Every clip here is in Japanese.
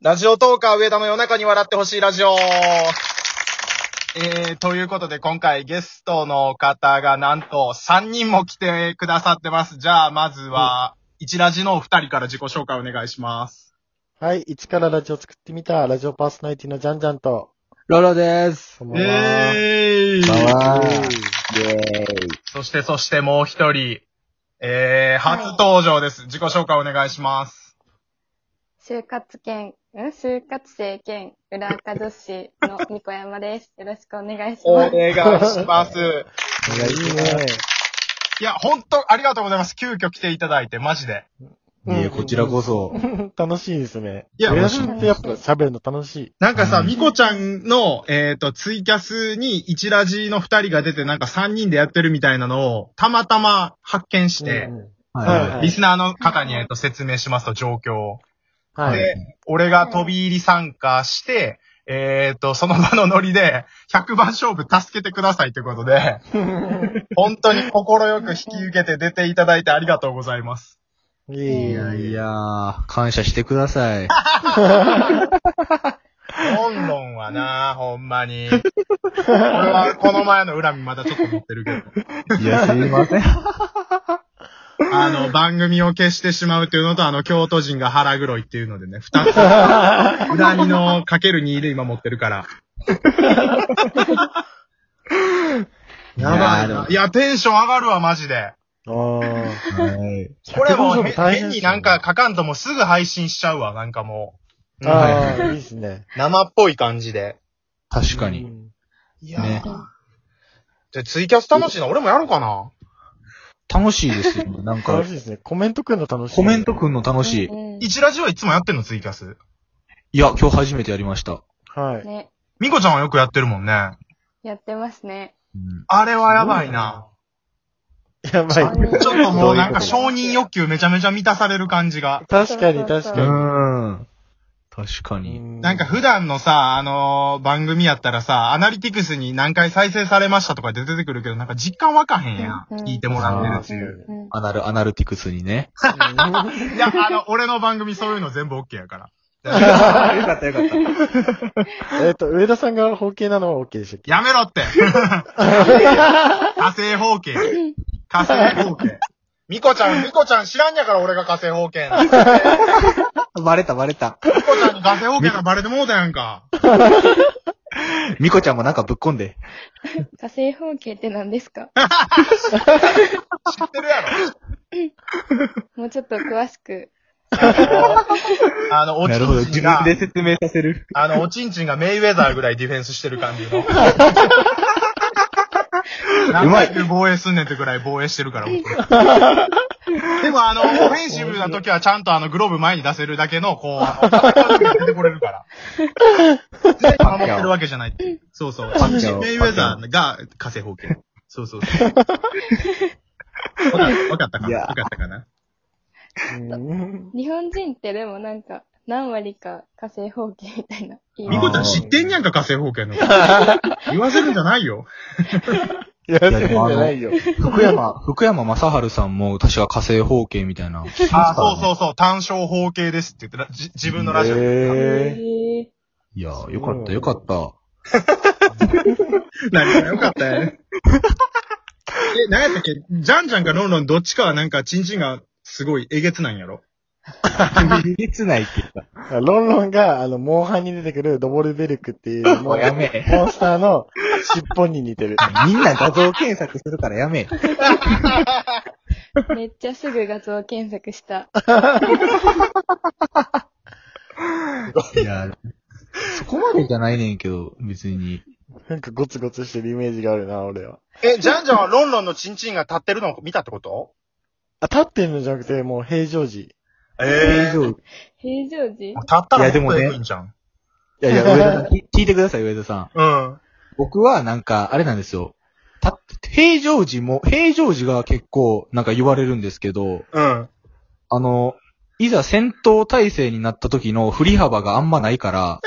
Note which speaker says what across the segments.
Speaker 1: ラジオトーカー上田の夜中に笑ってほしいラジオ。えー、ということで今回ゲストの方がなんと3人も来てくださってます。じゃあまずは、一ラジのお二人から自己紹介お願いします。
Speaker 2: はい、一からラジオ作ってみた、ラジオパーソナリティのジャンジャンと、
Speaker 3: ロロです。
Speaker 2: こんばんは
Speaker 1: え
Speaker 3: こんばんはイェー
Speaker 1: そしてそしてもう一人、えー、初登場です。自己紹介お願いします。
Speaker 4: 就活兼、ん就活生兼、裏垢女子のニコ山です。よろしくお願いし
Speaker 1: お
Speaker 4: ます。
Speaker 1: 願いします。
Speaker 2: お願いします
Speaker 1: いや、本当ありがとうございます。急遽来ていただいて、マジで。
Speaker 3: イ。いや、こちらこそ。
Speaker 2: 楽しいですね。
Speaker 1: いや
Speaker 2: 俺らってやっぱ喋るの楽しい。
Speaker 1: なんかさ、
Speaker 3: うん
Speaker 1: ミコちゃんの、えっ、と、ツイキャスに一ラジの二人が出て、なんか三人でやってるみたいなのを、たまたま発見して、
Speaker 2: うんうん
Speaker 3: は
Speaker 2: はい
Speaker 1: リスナーの方に、えっと説明しますと、状況を。
Speaker 2: は
Speaker 1: で
Speaker 2: い。
Speaker 1: 俺が飛び入り参加して、えっ、と、その場のノリで、100番勝負助けてくださいということ で、本当に心よく引き受けて出ていただいてありがとうございます。
Speaker 2: い
Speaker 3: い。
Speaker 2: え
Speaker 3: い
Speaker 2: い
Speaker 3: やい
Speaker 2: え。
Speaker 3: や、感謝してください。
Speaker 1: 本論は な、ほんまに。俺はこの前の恨みまだちょっと持ってるけど。
Speaker 3: いや、すいません。
Speaker 1: あの、番組を消してしまうっていうのと、あの、京都人が腹黒いっていうのでね、二つ、恨みのかける2で今持ってるから。やばいな。いや、テンション上がるわ、マジで。
Speaker 2: おー。
Speaker 3: はい。
Speaker 1: これもう
Speaker 2: 150
Speaker 1: へ
Speaker 2: 大変
Speaker 1: 変
Speaker 2: です
Speaker 1: に
Speaker 2: ね
Speaker 1: なんか書かんともうすぐ配信しちゃうわ、なんかもう。うん
Speaker 2: ああ、いいですね。
Speaker 1: 生っぽい感じで。
Speaker 3: 確か
Speaker 2: う
Speaker 3: に。
Speaker 2: ん
Speaker 1: いや
Speaker 3: ね。
Speaker 1: で、ツイキャス楽しいな。俺もやろうかな。
Speaker 3: 楽しいですよ。なんか
Speaker 2: 楽し、いですね。コメントくんの楽しい。
Speaker 3: コメントくんの楽しい。
Speaker 4: うん
Speaker 1: 一ラジはいつもやってんの、ツイキャス。
Speaker 3: いや、今日初めてやりました。
Speaker 2: はい。
Speaker 4: ね、
Speaker 1: ミコちゃんはよくやってるもんね。
Speaker 4: やってますね。
Speaker 3: うん
Speaker 1: あれはやばいな。
Speaker 2: やばい。
Speaker 1: ちょっともうなんか承認欲求めちゃめちゃ満たされる感じが。
Speaker 2: 確かに、確
Speaker 3: う
Speaker 2: か
Speaker 3: ーん。確か
Speaker 2: に。う
Speaker 3: に。
Speaker 1: なんか、普段のさ、あのー番組やったらさ、アナリティクスに何回再生されましたとかで出てくるけど、なんか実感わかへんやん。
Speaker 4: うん
Speaker 1: 聞いてもらってるって
Speaker 2: う
Speaker 1: いう。
Speaker 4: うん
Speaker 3: アナル、アナルティクスにね。
Speaker 1: いや、あの、俺の番組そういうの全部 OK やから。
Speaker 3: よかったよか った。
Speaker 2: えっと、上田さんが方形なのは OK でしたっけ
Speaker 1: やめろ って火星方形。火星方形。ミコちゃん、ミコちゃん知らんやから俺が火星方形な。ミコ
Speaker 3: バレたバレた。
Speaker 1: ちゃんに火星方形がバレてもうたやんか。
Speaker 3: ミコちゃんもなんかぶっこんで。
Speaker 4: 火星風景って何ですか
Speaker 1: 知ってるやろ。
Speaker 4: もうちょっと詳しく。
Speaker 1: あの、おち
Speaker 3: なるほど。
Speaker 1: んち
Speaker 3: 自
Speaker 1: んが
Speaker 3: 分、で説明させる。
Speaker 1: あの、おちんちんがメイウェザーぐらいディフェンスしてる感じ の。う
Speaker 3: まい
Speaker 1: 防衛すんねんってぐらい防衛してるから、 僕でもあの、オフェンシブな時はちゃんとあの、グローブ前に出せるだけの、こう、 あの出てこれるから。全部守ってるわけじゃないっていう。そうそう。
Speaker 3: ッキャオ
Speaker 1: メイウェザーが火星方形。そうそう そう。わかわかったか
Speaker 3: い
Speaker 1: な
Speaker 3: や
Speaker 1: わかったかな
Speaker 2: うん
Speaker 4: 日本人ってでもなんか、何割か火星風景みたいな。いい
Speaker 1: み
Speaker 3: 見
Speaker 1: こちゃ
Speaker 3: 事
Speaker 1: ん知ってんやんか、火星方形の。 言わせるんじゃないよ。
Speaker 2: いや、そういうんじゃないよ。
Speaker 3: 福山、 福山雅治さんも確か火星方形みたいな。
Speaker 1: あ、そうそうそう、単勝方形ですって言ってら、じ自分のラジオで。
Speaker 2: えー
Speaker 4: え
Speaker 3: いやー、よかったよかった。
Speaker 1: 何がよかったよね。え、何やったっけジャンジャンかロンロンどっちかはなんか、チンチンがすごいえげつないんやろ。
Speaker 3: えげつ ないって言った。
Speaker 2: ロンロンが、あの、モンハンに出てくるドボルベルクっていう、
Speaker 3: も
Speaker 2: モ
Speaker 3: う
Speaker 2: ン
Speaker 3: やめえ。
Speaker 2: モンスターの尻尾に似てる。
Speaker 3: みんな画像検索するからやめえ。
Speaker 4: ーめっちゃすぐ画像検索した。
Speaker 3: いやー、そこまでじゃないねんけど、別に。
Speaker 2: なんかゴツゴツしてるイメージがあるな、俺は。
Speaker 1: え、ジャンジャンはロンロンのチンチンが立ってるのを見たってこと
Speaker 2: あ、立ってるのじゃなくて、もう平常時。
Speaker 1: ええ
Speaker 3: 丈夫。い
Speaker 4: 平常時
Speaker 1: 立った
Speaker 3: い
Speaker 1: ら
Speaker 3: やでもね
Speaker 1: っとえぐいんじゃん。
Speaker 3: やいや、上田さん、聞聞いてください、上田さん。
Speaker 1: うん。
Speaker 3: 僕はなんか、あれなんですよ。た、平常時も、平常時が結構なんか言われるんですけど、
Speaker 1: うん。
Speaker 3: あの、いざ戦闘態勢になった時の振り幅があんまないから、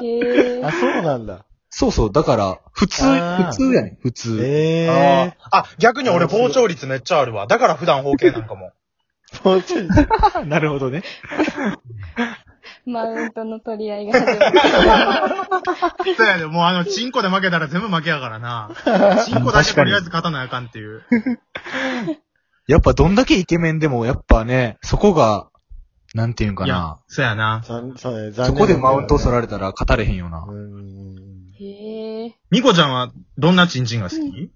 Speaker 4: へえ
Speaker 2: あ、そうなんだ。
Speaker 3: そうそう、だから、普通、
Speaker 2: あー
Speaker 3: 普通やねん、普通。
Speaker 2: え
Speaker 1: あーあ、逆に俺膨張率めっちゃあるわ。だから 普段方形なんかも。
Speaker 2: ー。もうちょい。
Speaker 3: なるほどね。
Speaker 4: マウントの取り合いが始まる。
Speaker 1: そうやで、もうあの、チンコで負けたら全部負けやからな。チンコだけとりあえず勝たなあかんっていう。
Speaker 3: やっぱどんだけイケメンでも、やっぱね、そこが、なんていうんか
Speaker 1: いや
Speaker 3: な。、
Speaker 1: そうやな。
Speaker 2: 残そうね残念
Speaker 3: そこでマウント取ら
Speaker 2: れ
Speaker 3: れたら勝たれへんよな
Speaker 2: う。ん。
Speaker 4: へえ。
Speaker 1: ミコちゃんはどんなチンチンが好き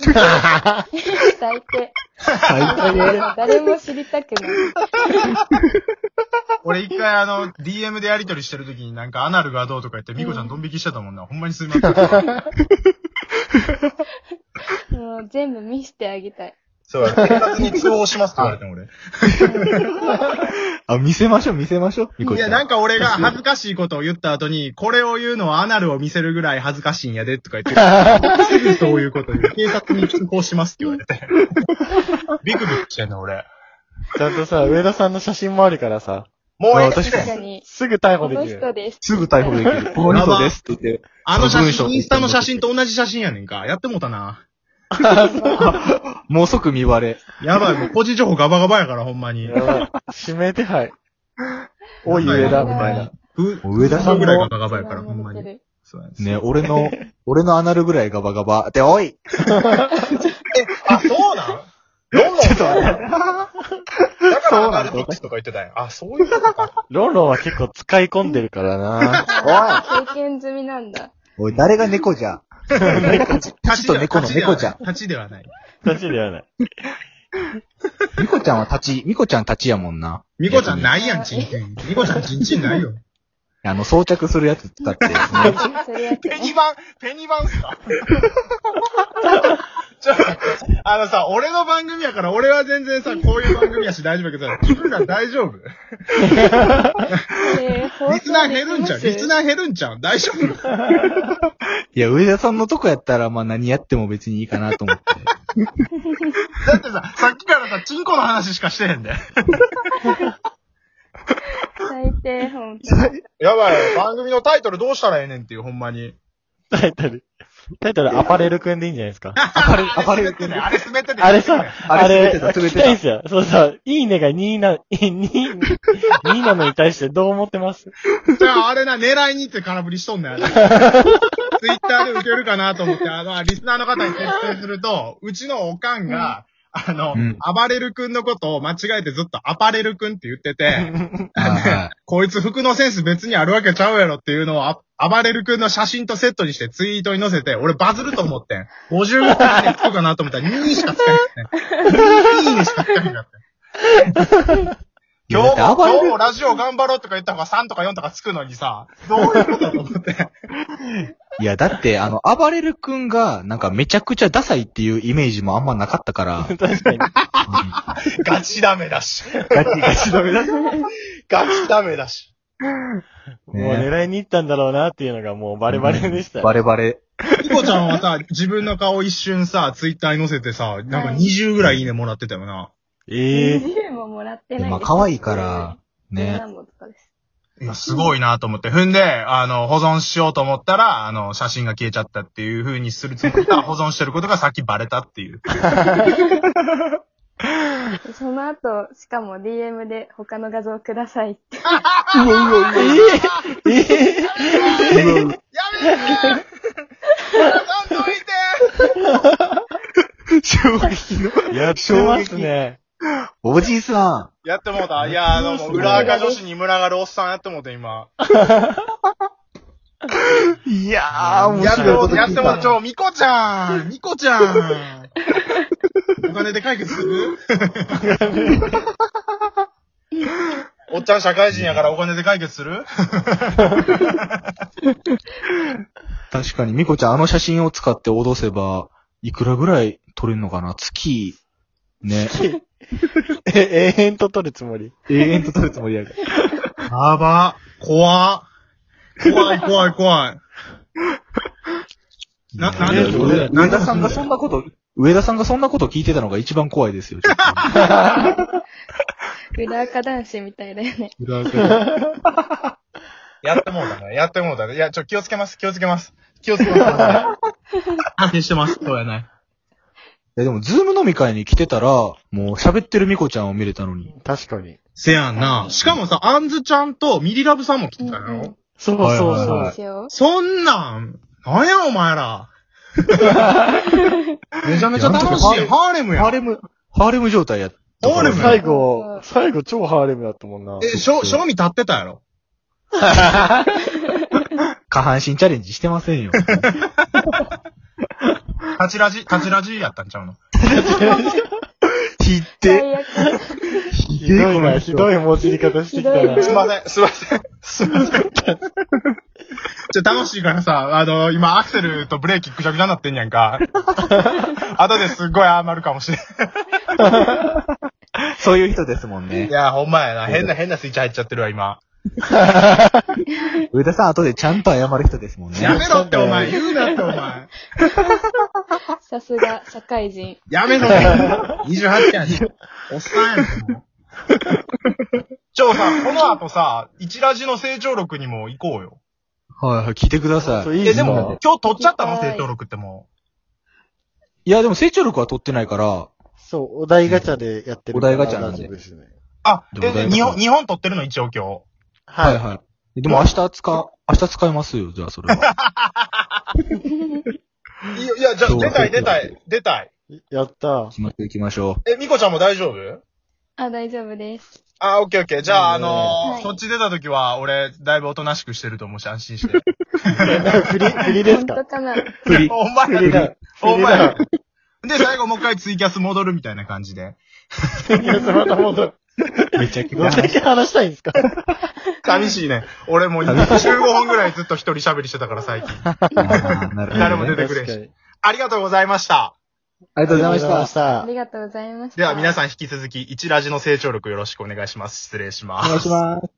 Speaker 4: 最低。
Speaker 2: 最低で。
Speaker 4: 誰も知りたくない。
Speaker 1: 俺一回あの、DM でやりとりしてる時になんかアナルがどうとか言ってミコちゃんドン引きしてたもんな。ほんまにすいません。
Speaker 4: もう全部見せてあげたい。
Speaker 1: そうや。警察に通報しますって言われても俺。
Speaker 3: あ、見せましょう、見せましょう。みこ
Speaker 1: い
Speaker 3: ちゃ
Speaker 1: や、
Speaker 3: ん。
Speaker 1: なんか俺が恥ずかしいことを言った後に、これを言うのはアナルを見せるぐらい恥ずかしいんやで、とか言って、すぐそういうことで、警察に通報しますって言われて。ビクビクしてんの俺。
Speaker 2: ちゃんとさ、上田さんの写真もあるからさ、
Speaker 1: もうええ
Speaker 3: あ確
Speaker 4: 確かに。
Speaker 2: すぐ逮捕
Speaker 4: こ
Speaker 2: で
Speaker 4: の
Speaker 2: きる。
Speaker 4: 人です。
Speaker 3: すぐ逮捕で きる。この人ですって言って。
Speaker 1: あの写
Speaker 3: 文章
Speaker 1: 真、インスタの写真と同じ写真やねんか。やってもうたな。
Speaker 3: もう即見バレ。
Speaker 1: やばい、もう個人情報ガバガバやから、ほんまに。
Speaker 2: やばい指名手 配。おい、上田、みたいな。
Speaker 1: ふ
Speaker 3: もう上田さんの
Speaker 1: ぐらいガバガバやから、ほんまに。
Speaker 4: に。
Speaker 1: そうやね。
Speaker 3: ね、俺 の、俺のアナルぐらいガバガバ。で、おい
Speaker 1: あ、そうなん
Speaker 3: ちょっと待って
Speaker 1: だから
Speaker 2: そ
Speaker 1: ア
Speaker 2: うな
Speaker 1: ナ
Speaker 2: んだ
Speaker 1: ルピックスとか言ってたんや。あ、そういうことか。
Speaker 2: ロンロンは結構使い込んでるからな。
Speaker 4: 経験済みなんだ。
Speaker 3: おい、誰が猫じゃ 立ちと猫の猫じゃん。
Speaker 1: 立ちではない。
Speaker 2: おい立ちではない。
Speaker 3: みこちゃんは立ち、みこちゃん立ちやもんな。
Speaker 1: ミコちゃんないやん、チンチン。ミコちゃん、チンチンないよ。
Speaker 3: あの、装着するやつ使 って、ね。
Speaker 4: それやって
Speaker 1: ペニバン、ペニバンっすか ちょっと待ってあのさ、俺の番組やから、俺は全然さ、こういう番組やし大丈夫やけどさ、君ら大丈夫
Speaker 4: えー放送
Speaker 1: リスナー減るんちゃう
Speaker 4: で
Speaker 1: リ
Speaker 4: きます
Speaker 1: スナー減るんちゃう大丈夫
Speaker 3: いや、上田さんのとこやったら、まあ何やっても別にいいかなと思って。
Speaker 1: だってさ、さっきからさ、チンコの話しかしてへんで。
Speaker 4: 最低、ほんとに。
Speaker 1: やばい、番組のタイトルどうしたらええねんっていう、ほんまに。
Speaker 2: タイトル。タイトル、アパレルくんでいいんじゃないですか。
Speaker 3: あれ、あれ、
Speaker 1: あれ滑ってて。
Speaker 2: あれさ、あ
Speaker 3: あ
Speaker 2: れ、
Speaker 3: れ滑ってた滑
Speaker 2: 聞
Speaker 3: ってた
Speaker 2: きたいんすよ。そうそう。いいねが2な、2、2なのに対してどう思ってます
Speaker 1: じゃあ、あれな、狙いにって空振りしとんねん。 ツイッターで受けるかなと思って、あの、リスナーの方に設定すると、うちのおかんが、あの、
Speaker 3: うん
Speaker 1: 暴れる君のことを間違えてずっとアパレル君って言ってて、
Speaker 3: あ
Speaker 1: こいつ服のセンス別にあるわけちゃうやろっていうのをあ、暴れる君の写真とセットにしてツイートに載せて、俺バズると思ってん。50ぐらいでつくかなと思ったら2しかつかへんねん。2にしかつかへんかった。今日も、
Speaker 3: だって暴
Speaker 1: 今
Speaker 3: れる
Speaker 1: 日もラジオ頑張ろうとか言った方が3とか4とかつくのにさ、どういうことと思って。
Speaker 3: いや、だって、あの、暴れる君が、なんかめちゃくちゃダサいっていうイメージもあんまなかったから、うん
Speaker 2: 確かに。
Speaker 1: ガチダメだし。
Speaker 3: ガチガチダメだ。
Speaker 1: ガチダメだし。
Speaker 2: もう狙いに行ったんだろうなっていうのがもうバレバレでした。
Speaker 3: バレバレ。
Speaker 1: ピコちゃんはさ、自分の顔一瞬さ、ツイッターに載せてさ、なんか20ぐらいいいねもらってたよな。
Speaker 2: ええー。
Speaker 4: 20ももらってない。
Speaker 3: まあ可愛いから。、
Speaker 4: ね
Speaker 3: ね。。
Speaker 1: いやすごいなと思って。踏んで、あの、保存しようと思ったら、あの、写真が消えちゃったっていう風にするつもり が、保存してることがさっきバレたっていう。
Speaker 4: その後、しかも DM で他の画像くださいって。
Speaker 2: ええー。
Speaker 1: やめてちゃんと見て
Speaker 3: 衝撃の。
Speaker 2: やってますね。
Speaker 3: おじさ
Speaker 1: やってもうた。いや、あの、もう裏垢女子に群がるおっさんやってもうた、今。
Speaker 3: ん。いやー、面
Speaker 1: やって
Speaker 3: 白い
Speaker 1: も
Speaker 3: こ
Speaker 1: うた、
Speaker 3: と
Speaker 1: やっ
Speaker 3: 聞い
Speaker 1: てもうた。ち
Speaker 3: た。
Speaker 1: ょ、ミコちゃんミコちゃんお金で解決するおっちゃん社会人やからお金で解決する
Speaker 3: 確かに、みこちゃん、あの写真を使って脅せば、いくらぐらい撮れるのかな月、ね。
Speaker 2: え、永遠と撮るつもり。
Speaker 3: 永遠と撮るつもりやから。
Speaker 1: やば。怖。怖い怖い怖い。な、なんでそれなん
Speaker 3: 上
Speaker 1: で
Speaker 3: 田さんがそんなこと、上田さんがそんなこと聞いてたのが一番怖いですよ。ちょっ
Speaker 4: 裏垢男子みたいだよね。
Speaker 1: やってもうだね。やってもうだね。いや、ちょ、気をつけます。気をつけます。気をつけます。安定してます。そうやない。
Speaker 3: といやでも、ズーム飲み会に来てたら、もう喋ってるみこちゃんを見れたのに。
Speaker 2: 確かに。
Speaker 5: せやんな。
Speaker 1: しかもさ、アンズちゃんとミリラブさんも来てた
Speaker 4: うんうん
Speaker 1: よ。
Speaker 2: そう
Speaker 3: はいはい
Speaker 2: そう
Speaker 3: はい
Speaker 2: そう。
Speaker 4: そうしよう。
Speaker 1: そんなん、なんやお前ら。めちゃめちゃ楽し
Speaker 3: いや
Speaker 1: い。ハーレムや
Speaker 3: ハー
Speaker 1: ん。
Speaker 3: レム、ハーレム状態やった。
Speaker 1: ハーレム
Speaker 2: 最後、最後超ハーレムだったもんな。
Speaker 1: え、しょ、賞味立ってたやろ。
Speaker 3: 下半身チャレンジしてません よ。
Speaker 1: 立ちラジ、立ちラジやったんちゃうの。
Speaker 3: ひっ
Speaker 4: 最
Speaker 3: て、
Speaker 4: 悪。
Speaker 3: ひ
Speaker 2: ひどいな、
Speaker 3: の
Speaker 2: ひ
Speaker 3: 人
Speaker 2: どいもじり方してきたな。
Speaker 1: すいま せん、すいません。すいません。ちょ、楽しいからさ、あの、今、アクセルとブレーキぐちゃぐちゃになってんやん か。後ですっごい余るかもしれん。
Speaker 3: そういう人ですもんね
Speaker 1: い。や、ほんまやな。変な、変なスイッチ入っちゃってるわ、今。
Speaker 3: 上田さん後でちゃんと謝る人ですもんね。
Speaker 1: やめろって、お前。言うなって、お前。
Speaker 4: さすが、社会人。
Speaker 1: やめろ って。28やねん。おっさんやねん。もうちょ、さ、この後さ、一ラジの成長録にも行こうよ。
Speaker 3: はいはい、聞いてくださ
Speaker 2: そう
Speaker 3: い。
Speaker 2: いい
Speaker 1: え、
Speaker 2: です
Speaker 1: で
Speaker 2: ね
Speaker 1: も、今日撮っちゃったの
Speaker 4: はい
Speaker 1: 成長録っても
Speaker 3: いや、でも成長力は取ってないから、
Speaker 2: そう、お題ガチャでやってるから。
Speaker 3: お題ガチャなんで
Speaker 2: 大丈夫すね。
Speaker 1: う。あ、
Speaker 3: どうだ
Speaker 1: え、
Speaker 3: い
Speaker 1: 日本、日本撮ってるの一応今日。
Speaker 3: は
Speaker 2: はいい。
Speaker 3: はい。でも明日使、明日使いますよ、じゃあそれは。
Speaker 1: いや、いやじゃあ、
Speaker 3: そう
Speaker 1: 出たい、出たい、出たい。
Speaker 2: やった
Speaker 3: 行。きましょう、
Speaker 1: え、
Speaker 3: 行きましょ
Speaker 1: ミコちゃんも大丈夫
Speaker 4: あ、大丈夫です。
Speaker 1: あ、オッケーオッケー。じゃあ、あ
Speaker 2: うん
Speaker 1: のー
Speaker 4: はい
Speaker 1: そっち出た時は、俺、だいぶおとなしくしてると思うし、安心 して。
Speaker 2: 振り、振りです
Speaker 4: 本
Speaker 2: か
Speaker 4: 当かな
Speaker 3: う。振り。
Speaker 1: お前
Speaker 2: 振りだ。
Speaker 1: お
Speaker 2: 振り
Speaker 1: 前。
Speaker 2: だ
Speaker 1: で、最後もう一回ツイキャス戻るみたいな感じ で。
Speaker 2: いや、また戻る。
Speaker 3: めちゃく
Speaker 2: どん だけ話したいんですか
Speaker 1: 寂しいね。俺もう15分ぐらいずっと一人喋りしてたから、最近。
Speaker 3: な るほどね
Speaker 1: 誰も出てくれんし。ありがとうございました。
Speaker 3: ありがとうございまし
Speaker 2: ありがとうございまし。た
Speaker 4: ありがとうございまし
Speaker 3: た
Speaker 4: た。
Speaker 1: では、皆さん引き続き、一ラジの成長力よろしくお願いします。失礼します。
Speaker 3: お願いします。